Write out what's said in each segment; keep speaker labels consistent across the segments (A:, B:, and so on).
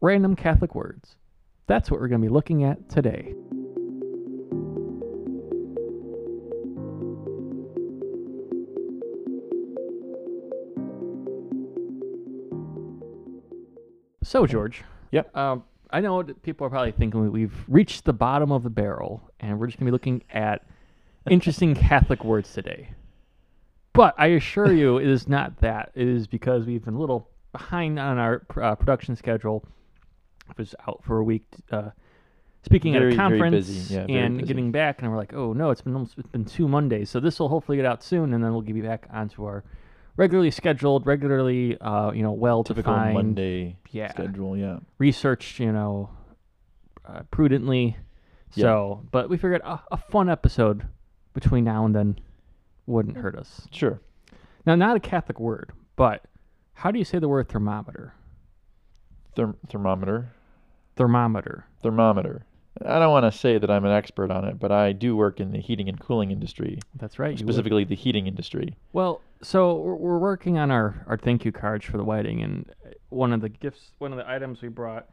A: random Catholic words. That's what we're going to be looking at today. So, George.
B: Yep.
A: Um, I know that people are probably thinking that we've reached the bottom of the barrel and we're just going to be looking at interesting Catholic words today. But I assure you, it is not that. It is because we've been a little behind on our uh, production schedule. I was out for a week uh, speaking at
B: Very,
A: a
B: very
A: conference
B: busy. Yeah, very
A: and
B: busy.
A: getting back, and we're like, oh no, it's been almost, it's been two Mondays. So this will hopefully get out soon, and then we'll be back onto our regularly scheduled, regularly uh, you know well
B: Typical
A: defined
B: Monday
A: yeah.
B: schedule. Yeah.
A: researched, you know, uh, prudently.
B: Yeah.
A: So, but we figured a, a fun episode between now and then wouldn't hurt us.
B: Sure.
A: Now, not a Catholic word, but how do you say the word thermometer?
B: Therm- thermometer.
A: Thermometer.
B: Thermometer. I don't want to say that I'm an expert on it, but I do work in the heating and cooling industry,
A: That's right. you would.
B: specifically the heating industry.
A: Well, so we're, we're working on our, our thank you cards for the wedding, and uh, one of the gifts, one of the items we brought,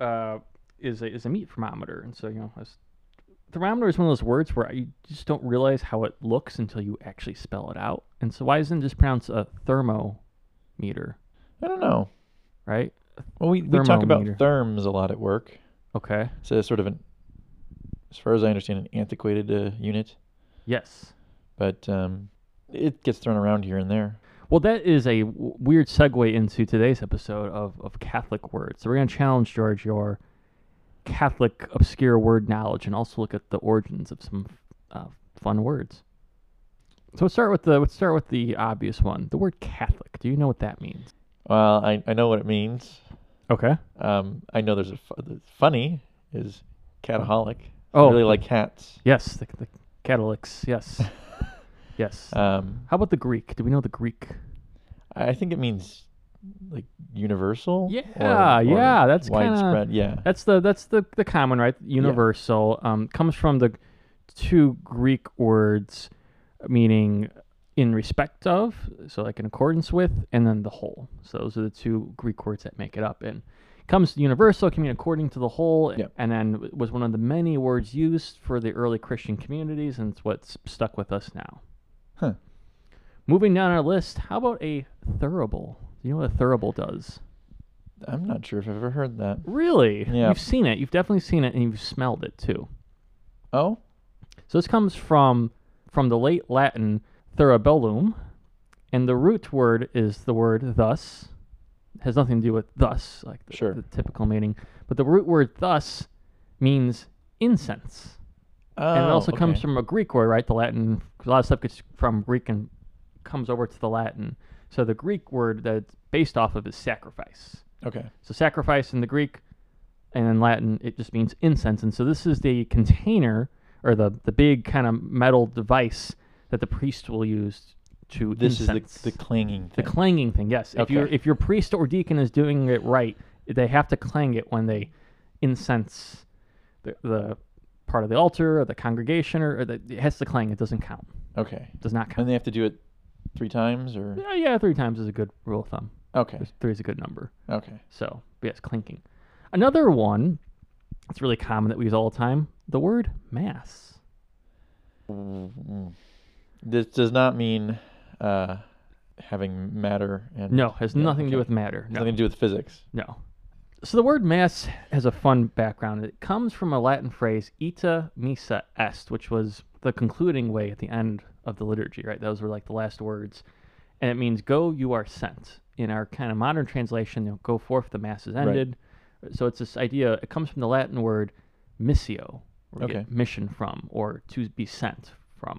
A: uh, is a, is a meat thermometer, and so you know, it's- thermometer is one of those words where you just don't realize how it looks until you actually spell it out, and so why isn't it just pronounced a thermometer,
B: I don't know.
A: right?
B: Well, we, we talk about
A: Thermometer.
B: therms a lot at work.
A: Okay.
B: So it's sort of an, as far as I understand, an antiquated uh, unit,
A: Yes.
B: but um, it gets thrown around here and there.
A: Well, that is a w- weird segue into today's episode of, of Catholic words. So we're going to challenge George your Catholic obscure word knowledge and also look at the origins of some uh, fun words. So let's start with the let's start with the obvious one, the word Catholic. Do you know what that means?
B: Well, I, I know what it means.
A: Okay.
B: Um, I know there's a fu- the funny is cataholic. I
A: Oh.
B: really like cats.
A: Yes, the, the Catholics. Yes. yes.
B: Um,
A: How about the Greek? Do we know the Greek?
B: I I think it means like universal. or-
A: Yeah, yeah, that's kinda-
B: widespread. Yeah,
A: That's the that's the the common right universal um comes from the two Greek words meaning in respect of so like in accordance with and then the whole so those are the two Greek words that make it up and comes to universal can mean according to the whole
B: Yep.
A: and then w- was one of the many words used for the early Christian communities and it's what's stuck with us now.
B: Huh.
A: Moving down our list, how about a thurible? Do you know what a thurible does?
B: I'm not sure if I've ever heard that.
A: Really?
B: Yeah.
A: You've seen it. You've definitely seen it, and you've smelled it too.
B: Oh,
A: So this comes from from the late Latin "thuribellum," and the root word is the word "thus." It has nothing to do with "thus," like the,
B: Sure.
A: the typical meaning. But the root word "thus" means incense,
B: oh
A: and it also comes
B: okay.
A: from a Greek word, right? The Latin. 'cause A lot of stuff gets from Greek and comes over to the Latin. So the Greek word that's based off of is sacrifice.
B: Okay,
A: So sacrifice in the Greek and in Latin, it just means incense. And so this is the container or the, the big kind of metal device that the priest will use to
B: this
A: incense.
B: is the the clanging
A: The
B: thing.
A: clanging thing. Yes. If
B: Okay.
A: your if your priest or deacon is doing it right, they have to clang it when they incense the, the part of the altar or the congregation or, or the, it has to clang. It doesn't count.
B: okay,
A: It does not count.
B: and they have to do it three times or
A: Yeah, yeah, three times is a good rule of thumb.
B: okay,
A: Three is a good number.
B: okay.
A: So yes, clinking. Another one that's really common that we use all the time: the word mass.
B: Mm. This does not mean uh, having matter and
A: No, has
B: Yeah,
A: nothing to do
B: okay.
A: with matter.
B: Has
A: No,
B: nothing to do with physics.
A: no. So the word mass has a fun background. It comes from a Latin phrase "ita missa est," which was the concluding way at the end of the liturgy. Right, those were like the last words, and it means "go, you are sent." In our kind of modern translation, you know, "go forth, the mass is ended." So it's this idea. It comes from the Latin word "missio," or
B: Okay.
A: mission from or to be sent from.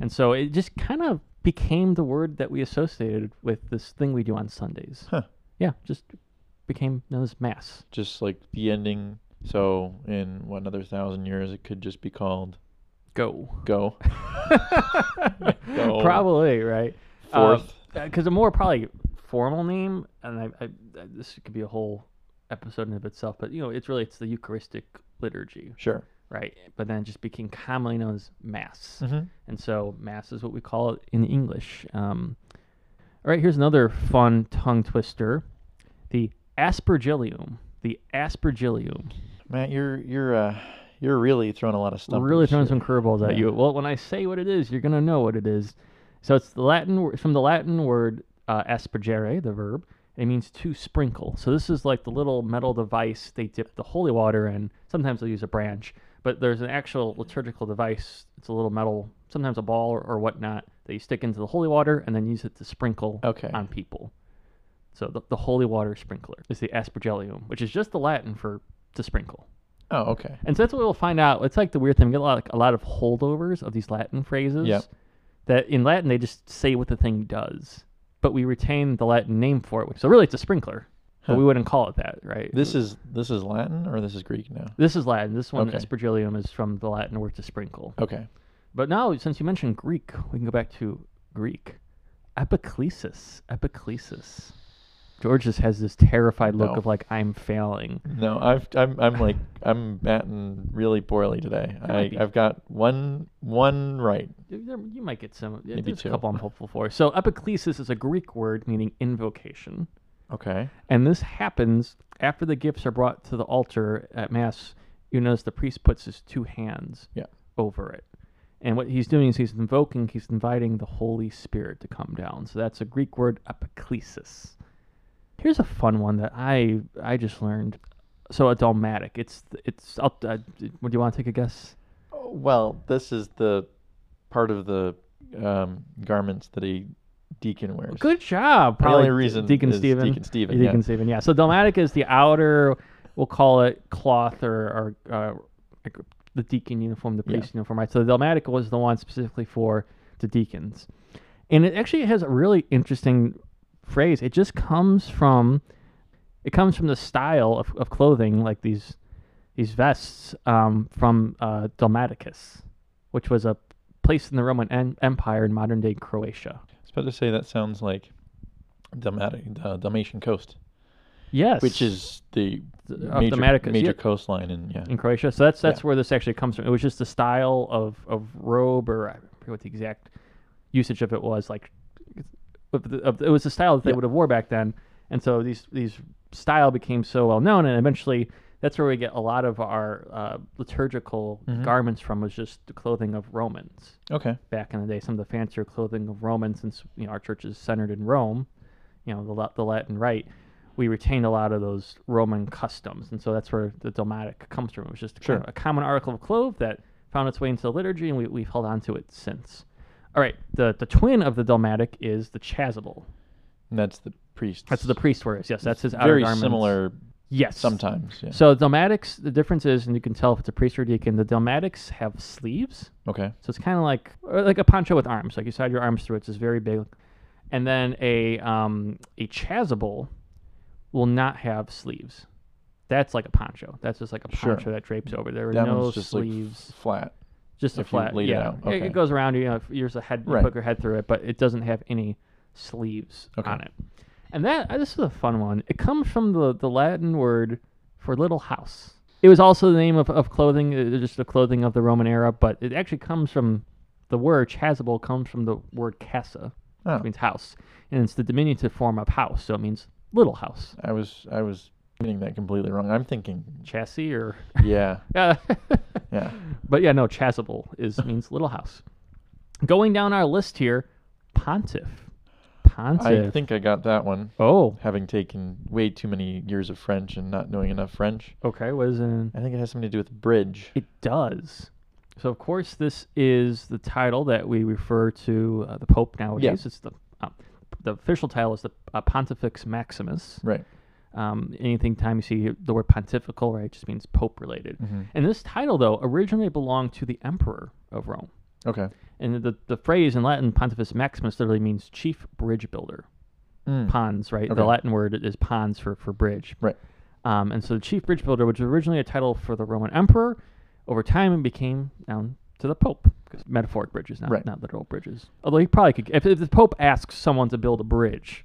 A: And so it just kind of became the word that we associated with this thing we do on Sundays.
B: Huh.
A: Yeah, just became known as Mass.
B: Just like the ending. So in what another thousand years, it could just be called
A: Go.
B: go Go.
A: Probably, right? Uh,
B: forth.
A: because a more probably formal name, and I, I, I this could be a whole episode in of itself, but you know, it's really it's the Eucharistic liturgy,
B: sure.
A: right? But then it just became commonly known as Mass,
B: Mm-hmm.
A: and so Mass is what we call it in English. Um, all right, here's another fun tongue twister: the aspergillium. the aspergillium.
B: Matt, you're you're uh, you're really throwing a lot of stuff.
A: really throwing some curveballs at
B: Yeah.
A: you. Well, when I say what it is, you're gonna know what it is. So it's the Latin wor- from the Latin word uh, aspergere, the verb. It means to sprinkle. So this is like the little metal device they dip the holy water in. Sometimes they'll use a branch, but there's an actual liturgical device. It's a little metal, sometimes a ball or, or whatnot, that you stick into the holy water and then use it to sprinkle
B: Okay.
A: on people. So the, the holy water sprinkler is the aspergillium, which is just the Latin for to sprinkle.
B: Oh, okay.
A: And so that's what we'll find out. It's like the weird thing. We get a lot, a lot of holdovers of these Latin phrases.
B: Yep.
A: That in Latin they just say what the thing does, but we retain the Latin name for it. which- So really, it's a sprinkler, but
B: Huh.
A: we wouldn't call it that, right?
B: This is this is Latin or this is Greek now.
A: this is Latin. This one,
B: Okay.
A: aspergillium, is from the Latin word to sprinkle.
B: Okay.
A: But now, since you mentioned Greek, we can go back to Greek. Epiclesis. Epiclesis. George just has this terrified look
B: No.
A: of like I'm failing.
B: No, I've I'm I'm like I'm batting really poorly today.
A: That might
B: I
A: be-
B: I've got one one right.
A: There- there- You might get some. yeah,
B: Maybe
A: There's a
B: two.
A: couple I'm hopeful for. So epiclesis is a Greek word meaning invocation,
B: Okay.
A: and this happens after the gifts are brought to the altar at mass. You notice the priest puts his two hands
B: Yeah.
A: over it, and what he's doing is he's invoking, he's inviting the Holy Spirit to come down. So that's a Greek word epiclesis. Here's a fun one that I I just learned. So a dalmatic. It's it's. I'll, uh, would you want to take a guess?
B: Oh, Well, this is the part of the um, garments that a deacon wears.
A: Good job.
B: The
A: Probably
B: only reason
A: Deacon
B: is
A: Stephen.
B: Deacon Stephen.
A: You
B: yeah.
A: can save in, yeah. So dalmatic is the outer, we'll call it cloth or, or uh, like the deacon uniform, the
B: Yeah.
A: priest uniform, right? So the dalmatic was the one specifically for the deacons, and it actually has a really interesting phrase. It just comes from, it comes from the style of, of clothing, like these these vests um, from uh, Dalmaticus, which was a place in the Roman en- Empire in modern day Croatia.
B: I was about to say that sounds like Dalmatic, the Dalmatian coast,
A: Yes,
B: which is the
A: Th- of
B: major,
A: Dalmaticus,
B: major
A: yeah.
B: coastline in yeah.
A: in Croatia. So that's
B: Yeah.
A: that's where this actually comes from. It was just the style of, of robe, or I forget what the exact usage of it was. Like, of the- of the- it was the style that they
B: Yeah.
A: would have wore back then, and so these these style became so well known, and eventually that's where we get a lot of our uh, liturgical
B: Mhm.
A: garments from. Was just the clothing of Romans
B: Okay.
A: back in the day. Some of the fancier clothing of Romans, since you know our church is centered in Rome, you know the La- the Latin rite, we retained a lot of those Roman customs, and so that's where the dalmatic comes from. It was just kind
B: Sure.
A: of a common article of clothes that found its way into the liturgy, and we, we've held on to it since. All right, the the twin of the dalmatic is the chasuble.
B: And that's the priest.
A: That's what the priest wears. Yes, that's his outer
B: very
A: garments.
B: similar
A: Yes,
B: sometimes. Yeah.
A: So dalmatics, the difference is, and you can tell if it's a priest or deacon. The dalmatics have sleeves.
B: Okay.
A: So it's kind of like or like a poncho with arms. Like you slide your arms through it. So it's very big. And then a um, a chasuble will not have sleeves. That's like a poncho. That's just like a
B: Sure.
A: poncho that drapes over. There are
B: That
A: no
B: one's just
A: sleeves.
B: like f- flat.
A: just a
B: if you
A: flat.
B: laid it
A: yeah,
B: out, okay.
A: it goes around. You know, if yours a head. You
B: Right.
A: poke your head through it, but it doesn't have any sleeves
B: Okay.
A: on it. And that uh, this is a fun one. It comes from the the Latin word for little house. It was also the name of, of clothing, uh, just the clothing of the Roman era, but it actually comes from the word chasuble comes from the word casa,
B: Oh,
A: which means house, and it's the diminutive form of house, so it means little house.
B: Oh, I was I was getting that completely wrong. I'm thinking
A: Chassis or uh,
B: yeah
A: yeah.
B: yeah.
A: But yeah, no, chasuble is means little house. Going down our list here, pontiff. Pontiff.
B: I think I got that one.
A: oh,
B: Having taken way too many years of French and not knowing enough French,
A: okay. What is in?
B: I think it has something to do with bridge.
A: It does. So of course, this is the title that we refer to uh, the Pope nowadays. It's the uh, the official title is the uh, Pontifex Maximus.
B: Right.
A: Um, anything time you see the word pontifical, right, just means Pope related.
B: Mhm.
A: And this title, though, originally belonged to the Emperor of Rome.
B: Okay.
A: And the, the phrase in Latin, Pontifex Maximus, literally means chief bridge builder.
B: Mm.
A: Pons, right? The
B: Okay.
A: Latin word is pons for, for bridge.
B: Right.
A: Um, and so the chief bridge builder, which was originally a title for the Roman emperor, over time it became down to the pope. Because metaphoric bridges, not,
B: Right.
A: not literal bridges. Although he probably could, if, if the pope asks someone to build a bridge,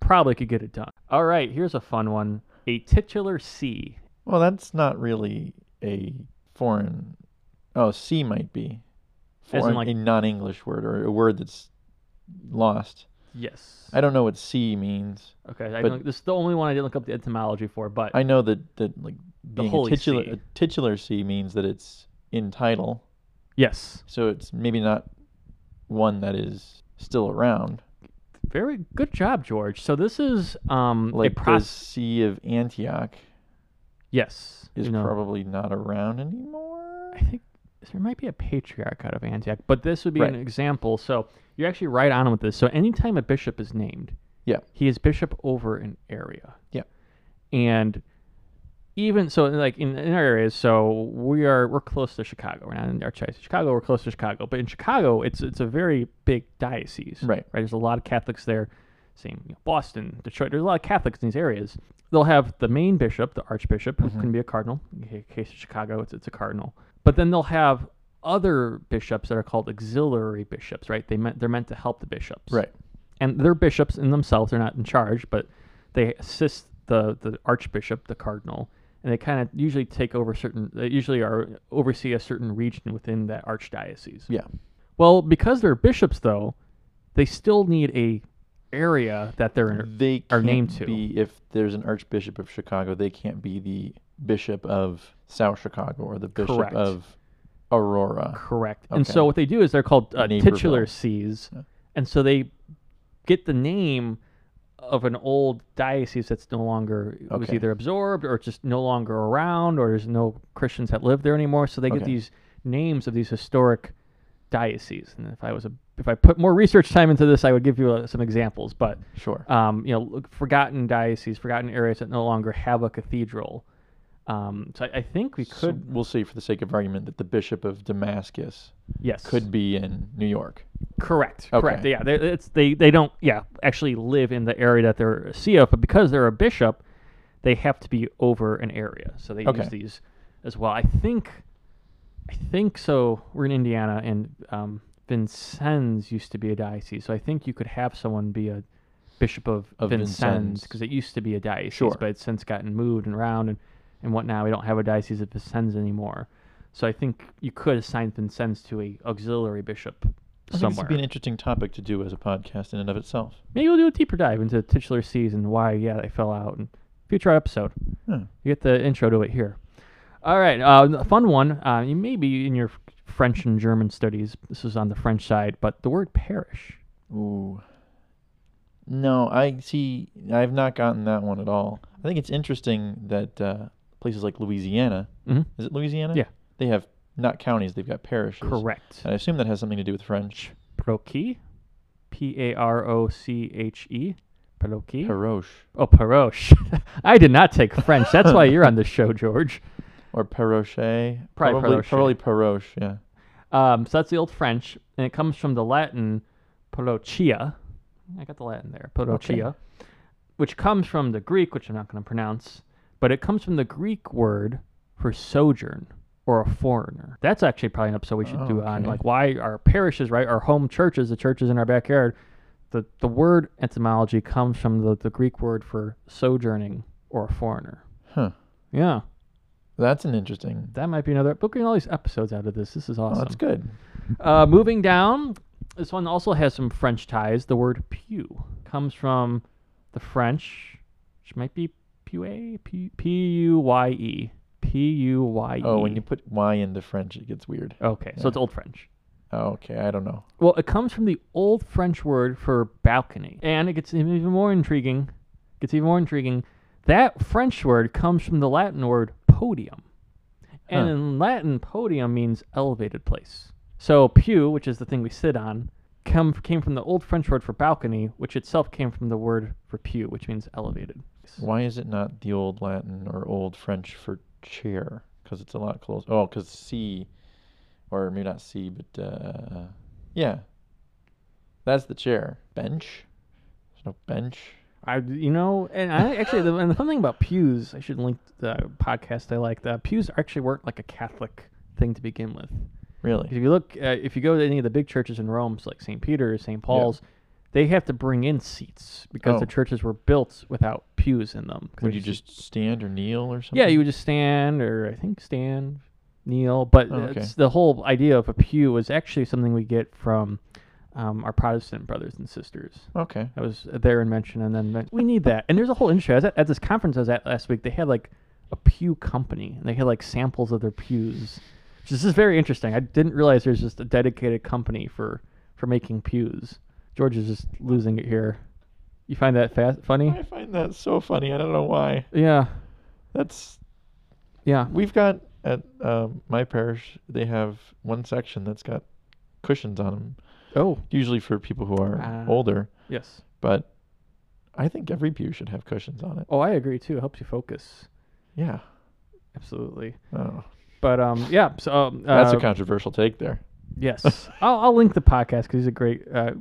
A: probably could get it done. All right, here's a fun one. A titular see.
B: Well, that's not really a foreign. Oh, C might be.
A: As in,
B: Foreign,
A: like-
B: a non-English word or a word that's lost.
A: Yes.
B: I don't know what C means.
A: okay. I
B: but-
A: don't, this is the only one I didn't look up the etymology for, but
B: I know that that like being a
A: Holy
B: titular
A: See.
B: a titular C means that it's in title,
A: yes,
B: so it's maybe not one that is still around,
A: very good job, George. So this is um
B: like
A: a process.
B: the C of Antioch
A: Yes.
B: is
A: you know,
B: probably not around anymore.
A: I think there might be a patriarch out of Antioch, but this would be an
B: Right.
A: example. So you're actually right on with this. So anytime a bishop is named,
B: Yeah.
A: he is bishop over an area.
B: Yeah.
A: And even so, like in, in our areas, so we are we're close to Chicago. We're not in the Archdiocese of Chicago. We're close to Chicago, but in Chicago, it's it's a very big diocese.
B: Right.
A: Right. There's a lot of Catholics there. Same you know, Boston, Detroit. There's a lot of Catholics in these areas. They'll have the main bishop, the archbishop, who can be a cardinal. In the case of Chicago, it's it's a cardinal. But then they'll have other bishops that are called auxiliary bishops. Right. They meant they're meant to help the bishops
B: Right.
A: and they're bishops in themselves. They're not in charge, but they assist the the archbishop, the cardinal, and they kind of usually take over certain. They usually are oversee a certain region within that archdiocese.
B: Yeah.
A: Well, because they're bishops, though, they still need a area that they're in.
B: They
A: Are
B: can't
A: named to.
B: be if there's an archbishop of Chicago, they can't be the bishop of South Chicago or the bishop
A: Correct.
B: of Aurora.
A: Correct. And
B: Okay.
A: so what they do is they're called uh,
B: Naperville.
A: titular sees,
B: Yeah.
A: and so they get the name of an old diocese that's no longer it was
B: Okay.
A: either absorbed or just no longer around, or there's no Christians that live there anymore. So they get
B: Okay.
A: these names of these historic dioceses. And if I was a if I put more research time into this, I would give you uh, some examples. But
B: Sure.
A: um, you know, look- forgotten dioceses, forgotten areas that no longer have a cathedral. Um, so I, I think we
B: So
A: could,
B: we'll say for the sake of argument that the bishop of Damascus
A: yes,
B: could be in New York.
A: Correct.
B: Okay.
A: Correct. Yeah, they, it's they they don't yeah actually live in the area that they're a CEO, but because they're a bishop, they have to be over an area. So they
B: Okay.
A: use these as well. I think, I think so. We're in Indiana, and um, Vincennes used to be a diocese, so I think you could have someone be a bishop of,
B: Of
A: Vincennes
B: Vincennes.
A: because it used to be a diocese,
B: Sure.
A: but it's since gotten moved and around and and whatnot. We don't have a diocese of Vincennes anymore. So I think you could assign Vincennes to a auxiliary bishop
B: I think this
A: somewhere.
B: would be an interesting topic to do as a podcast in and of itself.
A: Maybe we'll do a deeper dive into titular C's and why, yeah, they fell out in future episode.
B: Huh.
A: You get the intro to it here. All right, uh, a fun one. Uh, you may be in your French and German studies. This is on the French side, but the word parish.
B: Ooh. No, I see. I've not gotten that one at all. I think it's interesting that uh, places like Louisiana,
A: Mhm.
B: is it Louisiana?
A: Yeah.
B: They have not counties, they've got parishes.
A: Correct.
B: And I assume that has something to do with French.
A: Paroche. P A R O C H E. Paroche.
B: Paroche
A: oh, paroche. I did not take French. That's why you're on this show, George.
B: or Paroche.
A: Probably
B: probably,
A: Paroche.
B: Paroche, yeah.
A: Um, so that's the old French, and it comes from the Latin polochia. I got the Latin there, polochia, which comes from the Greek, which I'm not going to pronounce, but it comes from the Greek word for sojourn or a foreigner. That's actually probably an episode we should do on
B: Oh, Okay.
A: like why our parishes, right, our home churches, the churches in our backyard. The the word etymology comes from the, the Greek word for sojourning or a foreigner.
B: Huh.
A: Yeah,
B: That's an interesting.
A: that might be another. But getting all these episodes out of this. This is
B: Oh,
A: awesome.
B: that's good.
A: Uh, moving down, this one also has some French ties. The word pew comes from the French, which might be puye, P P U Y E, P U Y E.
B: Oh, when you put Y into French, it gets weird. Oh,
A: okay, so it's Old French.
B: Okay, I don't know.
A: Well, it comes from the Old French word for balcony, and it gets even more intriguing. Gets even more intriguing. That French word comes from the Latin word podium, and
B: Huh.
A: in Latin, podium means elevated place. So pew, which is the thing we sit on, come came from the Old French word for balcony, which itself came from the word for pew, which means elevated.
B: Why is it not the old Latin or old French for chair? Because it's a lot closer. Oh, because C, or maybe not C, but uh, yeah, that's the chair. Bench. There's no bench.
A: I, you know, and I actually, the, and the fun thing about pews, I should link the podcast I like. The pews actually weren't like a Catholic thing to begin with. If
B: Really?
A: you look, uh, if you go to any of the big churches in Rome, so like St. Peter's, St. Paul's, they have to bring in seats because the
B: Oh.
A: churches were built without pews in them. 'cause
B: Would
A: they're
B: you just stand or kneel or something?
A: yeah, you would just stand or I think stand, kneel. But
B: Oh, okay.
A: it's, the whole idea of a pew is actually something we get from um, our Protestant brothers and sisters.
B: Okay.
A: I was there and mentioned, and then men- we need that. And there's a whole industry. I was at, at this conference I was at last week. They had like a pew company, and they had like samples of their pews. Which is- This is very interesting. I didn't realize there's just a dedicated company for for making pews. George is just losing it here. You find that fa- funny?
B: I find that so funny. I don't know why.
A: Yeah,
B: That's
A: yeah.
B: we've got at um, my parish. They have one section that's got cushions on them,
A: Oh,
B: usually for people who are
A: Ah.
B: older.
A: yes.
B: But I think every pew should have cushions on it.
A: Oh, I agree too. It helps you focus.
B: Yeah.
A: Absolutely.
B: Oh,
A: But um, yeah. So um,
B: that's
A: uh,
B: a controversial take there.
A: Yes, I'll, I'll link the podcast because he's a great, uh,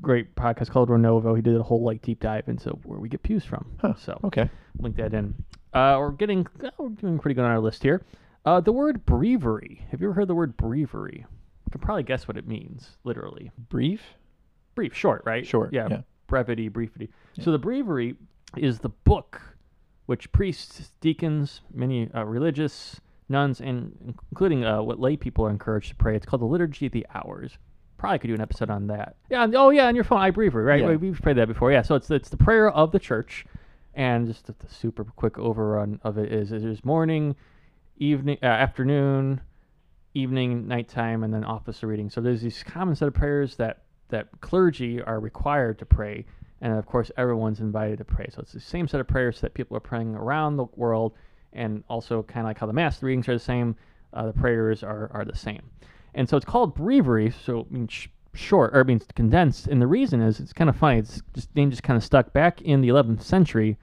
A: great podcast called Renovo. He did a whole like deep dive into where we get pews from.
B: Huh. Oh.
A: So
B: Okay.
A: link that in. Uh, we're getting uh, we're doing pretty good on our list here. Uh, the word breviary. Have you ever heard the word breviary? You can probably guess what it means literally.
B: Brief.
A: Brief, short, right?
B: Short.
A: Yeah.
B: Yeah.
A: Brevity, briefity.
B: Yeah.
A: So the breviary is the book which priests, deacons, many uh, religious nuns, and including uh, what lay people are encouraged to pray. It's called the Liturgy of the Hours. Probably could do an episode on that. Yeah. and- Oh, yeah. On your phone, I breviary, right?
B: Yeah.
A: We- We've prayed that before. Yeah. So it's it's the prayer of the church, and just the, the super quick overrun of it is it is morning, evening, uh, afternoon, evening, nighttime, and then officer reading. So there's these common set of prayers that that clergy are required to pray, and of course everyone's invited to pray. So it's the same set of prayers that people are praying around the world, and also kind of like how the mass readings are the same, uh, the prayers are are the same, and so it's called breviary. So it means sh- short, or it means condensed. And the reason is it's kind of funny. It's just name just kind of stuck back in the 11th century.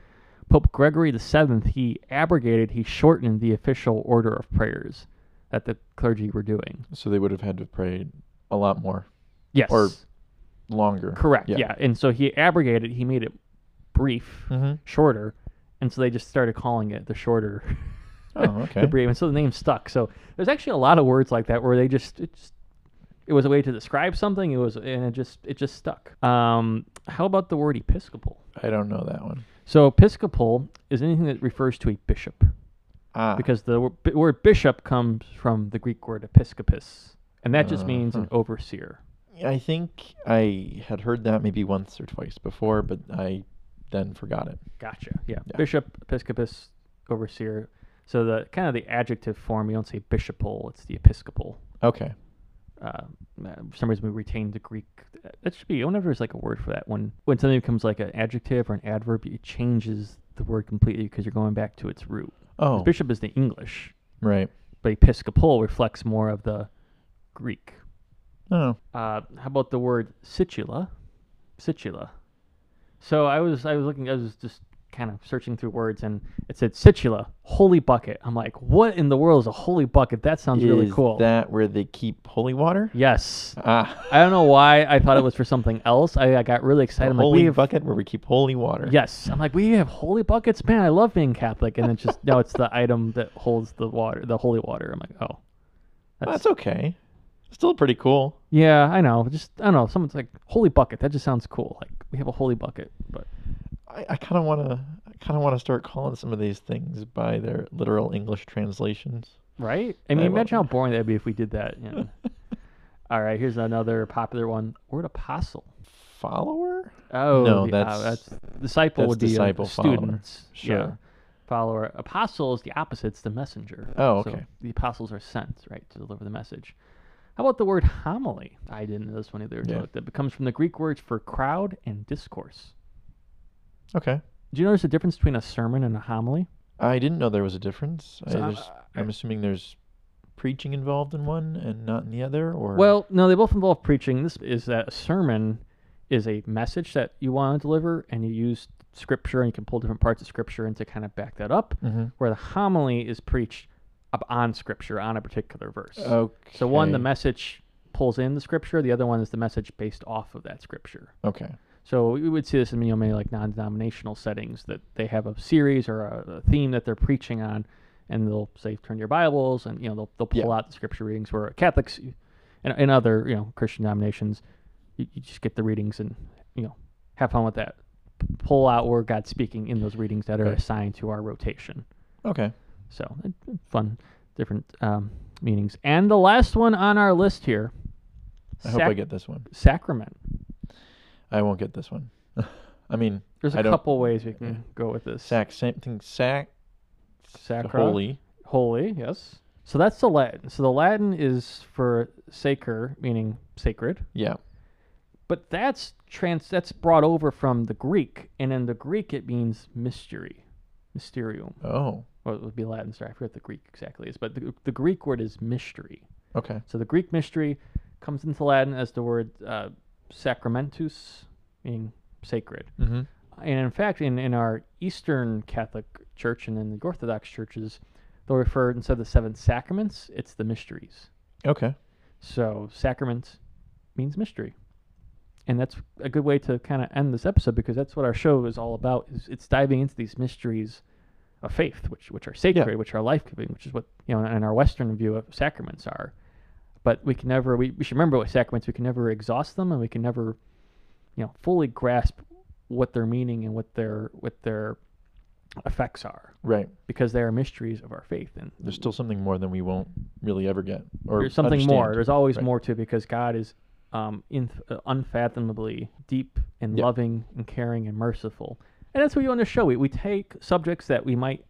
A: Pope Gregory VII, he abrogated, he shortened the official order of prayers that the clergy were doing.
B: So they would have had to pray a lot more,
A: Yes.
B: Or- longer.
A: correct. Yeah. And so he abrogated, he made it brief,
B: hmm
A: shorter, and so they just started calling it the shorter
B: Oh, okay.
A: the brief, and so the name stuck. So there's actually a lot of words like that where they just it just it was a way to describe something. It was and it just it just stuck. Um, how about the word episcopal?
B: I don't know that one.
A: So episcopal is anything that refers to a bishop.
B: Ah.
A: because the wor- bi- word bishop comes from the Greek word episcopus, and that just means an
B: Uh-huh.
A: overseer.
B: I think I had heard that maybe once or twice before, but I then forgot it.
A: Gotcha. Yeah.
B: Yeah.
A: Bishop, episcopus, overseer. So the kind of the adjective form, you don't say bishopal, it's the episcopal.
B: Okay.
A: Uh, uh, for some reason, we retained the Greek. uh, That should be whenever there's like a word for that when when something becomes like an adjective or an adverb, it changes the word completely because you're going back to its root. 'Cause
B: Oh,
A: Bishop is the English,
B: right.
A: but episcopal reflects more of the Greek.
B: Oh,
A: Uh, how about the word situla? Situla. So I was I was looking I was just kind of searching through words and it said situla, holy bucket. I'm like, what in the world is a holy bucket? That sounds really
B: Is
A: cool.
B: That where they keep holy water?
A: yes.
B: Ah,
A: I don't know why I thought it was for something else. I, I got really excited.
B: a
A: I'm like,
B: holy
A: we have
B: bucket where we keep holy water.
A: yes. I'm like, we have holy buckets, man. I love being Catholic. And it's just no, it's the item that holds the water, the holy water. I'm like, oh,
B: Well, that's okay. Still pretty cool.
A: yeah, I know. Just I don't know. Someone's like, holy bucket. That just sounds cool. Like we have a holy bucket, but.
B: I, I kind of want to. I kind of want to start calling some of these things by their literal English translations.
A: Right? I mean,
B: I
A: imagine how
B: won't.
A: boring that'd be if we did that. you know. All right, here's another popular one. Word apostle.
B: Follower?
A: Oh,
B: No,
A: the-
B: that's-
A: disciple
B: that's
A: would be
B: disciple,
A: a student.
B: follower.
A: Yeah.
B: Sure.
A: Follower. Apostle is the opposite. It's the messenger.
B: Oh,
A: So
B: okay.
A: the apostles are sent, right, to deliver the message. How about the word homily? I didn't know this one either.
B: Yeah.
A: That comes from the Greek words for crowd and discourse.
B: Okay.
A: Do you notice the difference between a sermon and a homily?
B: I didn't know there was a difference. I,
A: So, uh,
B: there's, I'm assuming there's preaching involved in one and not in the other, or
A: Well, no, they both involve preaching. This is that a sermon is a message that you want to deliver, and you use scripture, and you can pull different parts of scripture in to kind of back that up.
B: Mhm.
A: Where the homily is preached up on scripture on a particular verse.
B: Okay.
A: So one, the message pulls in the scripture. The other one is the message based off of that scripture.
B: Okay.
A: So we would see this in you know, many like non-denominational settings that they have a series or a, a theme that they're preaching on, and they'll say turn to your Bibles, and you know they'll they'll pull
B: Yeah.
A: out the scripture readings where Catholics, and, and other you know Christian denominations, you, you just get the readings and you know have fun with that. P- Pull out where God's speaking in those readings that are
B: Right.
A: assigned to our rotation.
B: Okay.
A: So it- it's fun, different um, meanings. And the last one on our list here
B: I hope I
A: Sac-
B: get this one.
A: Sacrament.
B: I won't get this one. I mean,
A: There's
B: I
A: a
B: don't-
A: couple ways we can go with this.
B: sac something sac
A: Sacra.
B: holy.
A: Holy, yes. So that's the Latin. So the Latin is for sacer, meaning sacred.
B: Yeah.
A: But that's trans that's brought over from the Greek, and in the Greek it means mystery. Mysterium.
B: Oh.
A: Well, it would be Latin, sorry, I forget what the Greek exactly is, but the, the Greek word is mystery.
B: Okay.
A: So the Greek mystery comes into Latin as the word uh, sacramentus, meaning sacred.
B: Mm-hmm.
A: And in fact, in, in our Eastern Catholic Church and in the Orthodox churches, they'll refer instead of the seven sacraments, it's the mysteries.
B: Okay.
A: So sacrament means mystery. And that's a good way to kind of end this episode because that's what our show is all about. Is it's diving into these mysteries of faith, which which are sacred, which are life giving, which is what you know in our Western view of sacraments are. But we can never we, we should remember with sacraments we can never exhaust them and we can never, you know, fully grasp what their meaning and what their what their effects are
B: Right.
A: because they are mysteries of our faith and
B: There's still something more than we won't really ever get or
A: there's something more.
B: understand.
A: There's always
B: Right.
A: more to it because God is um, in, uh, unfathomably deep and
B: Yeah.
A: loving and caring and merciful. And that's what you want to show. We, we take subjects that we might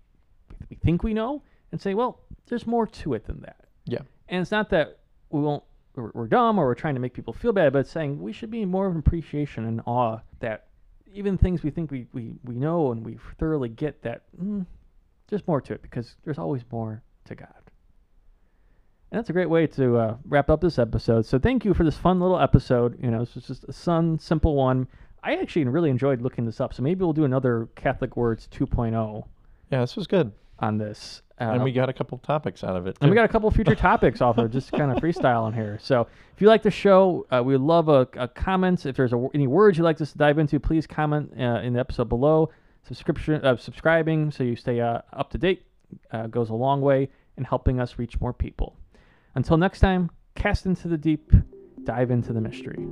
A: we think we know and say, well, there's more to it than that.
B: Yeah.
A: And it's not that we won't we're, we're dumb or we're trying to make people feel bad, but it's saying we should be more of an appreciation and awe that even things we think we, we, we know and we thoroughly get that mm, there's more to it because there's always more to God. And that's a great way to uh, wrap up this episode. So thank you for this fun little episode. You know, this was just a fun, simple one. I actually really enjoyed looking this up, so maybe we'll do another Catholic Words 2.0
B: Yeah, this was good.
A: on this. Uh,
B: and we got a couple topics out of it.
A: and we
B: too.
A: got a couple future topics off of just kind of freestyle on here. So if you like the show, uh, we love a, a comment. If there's a, any words you'd like us to dive into, please comment uh, in the episode below. Subscription, uh, subscribing, so you stay uh, up to date, uh, goes a long way in helping us reach more people. Until next time, cast into the deep, dive into the mystery.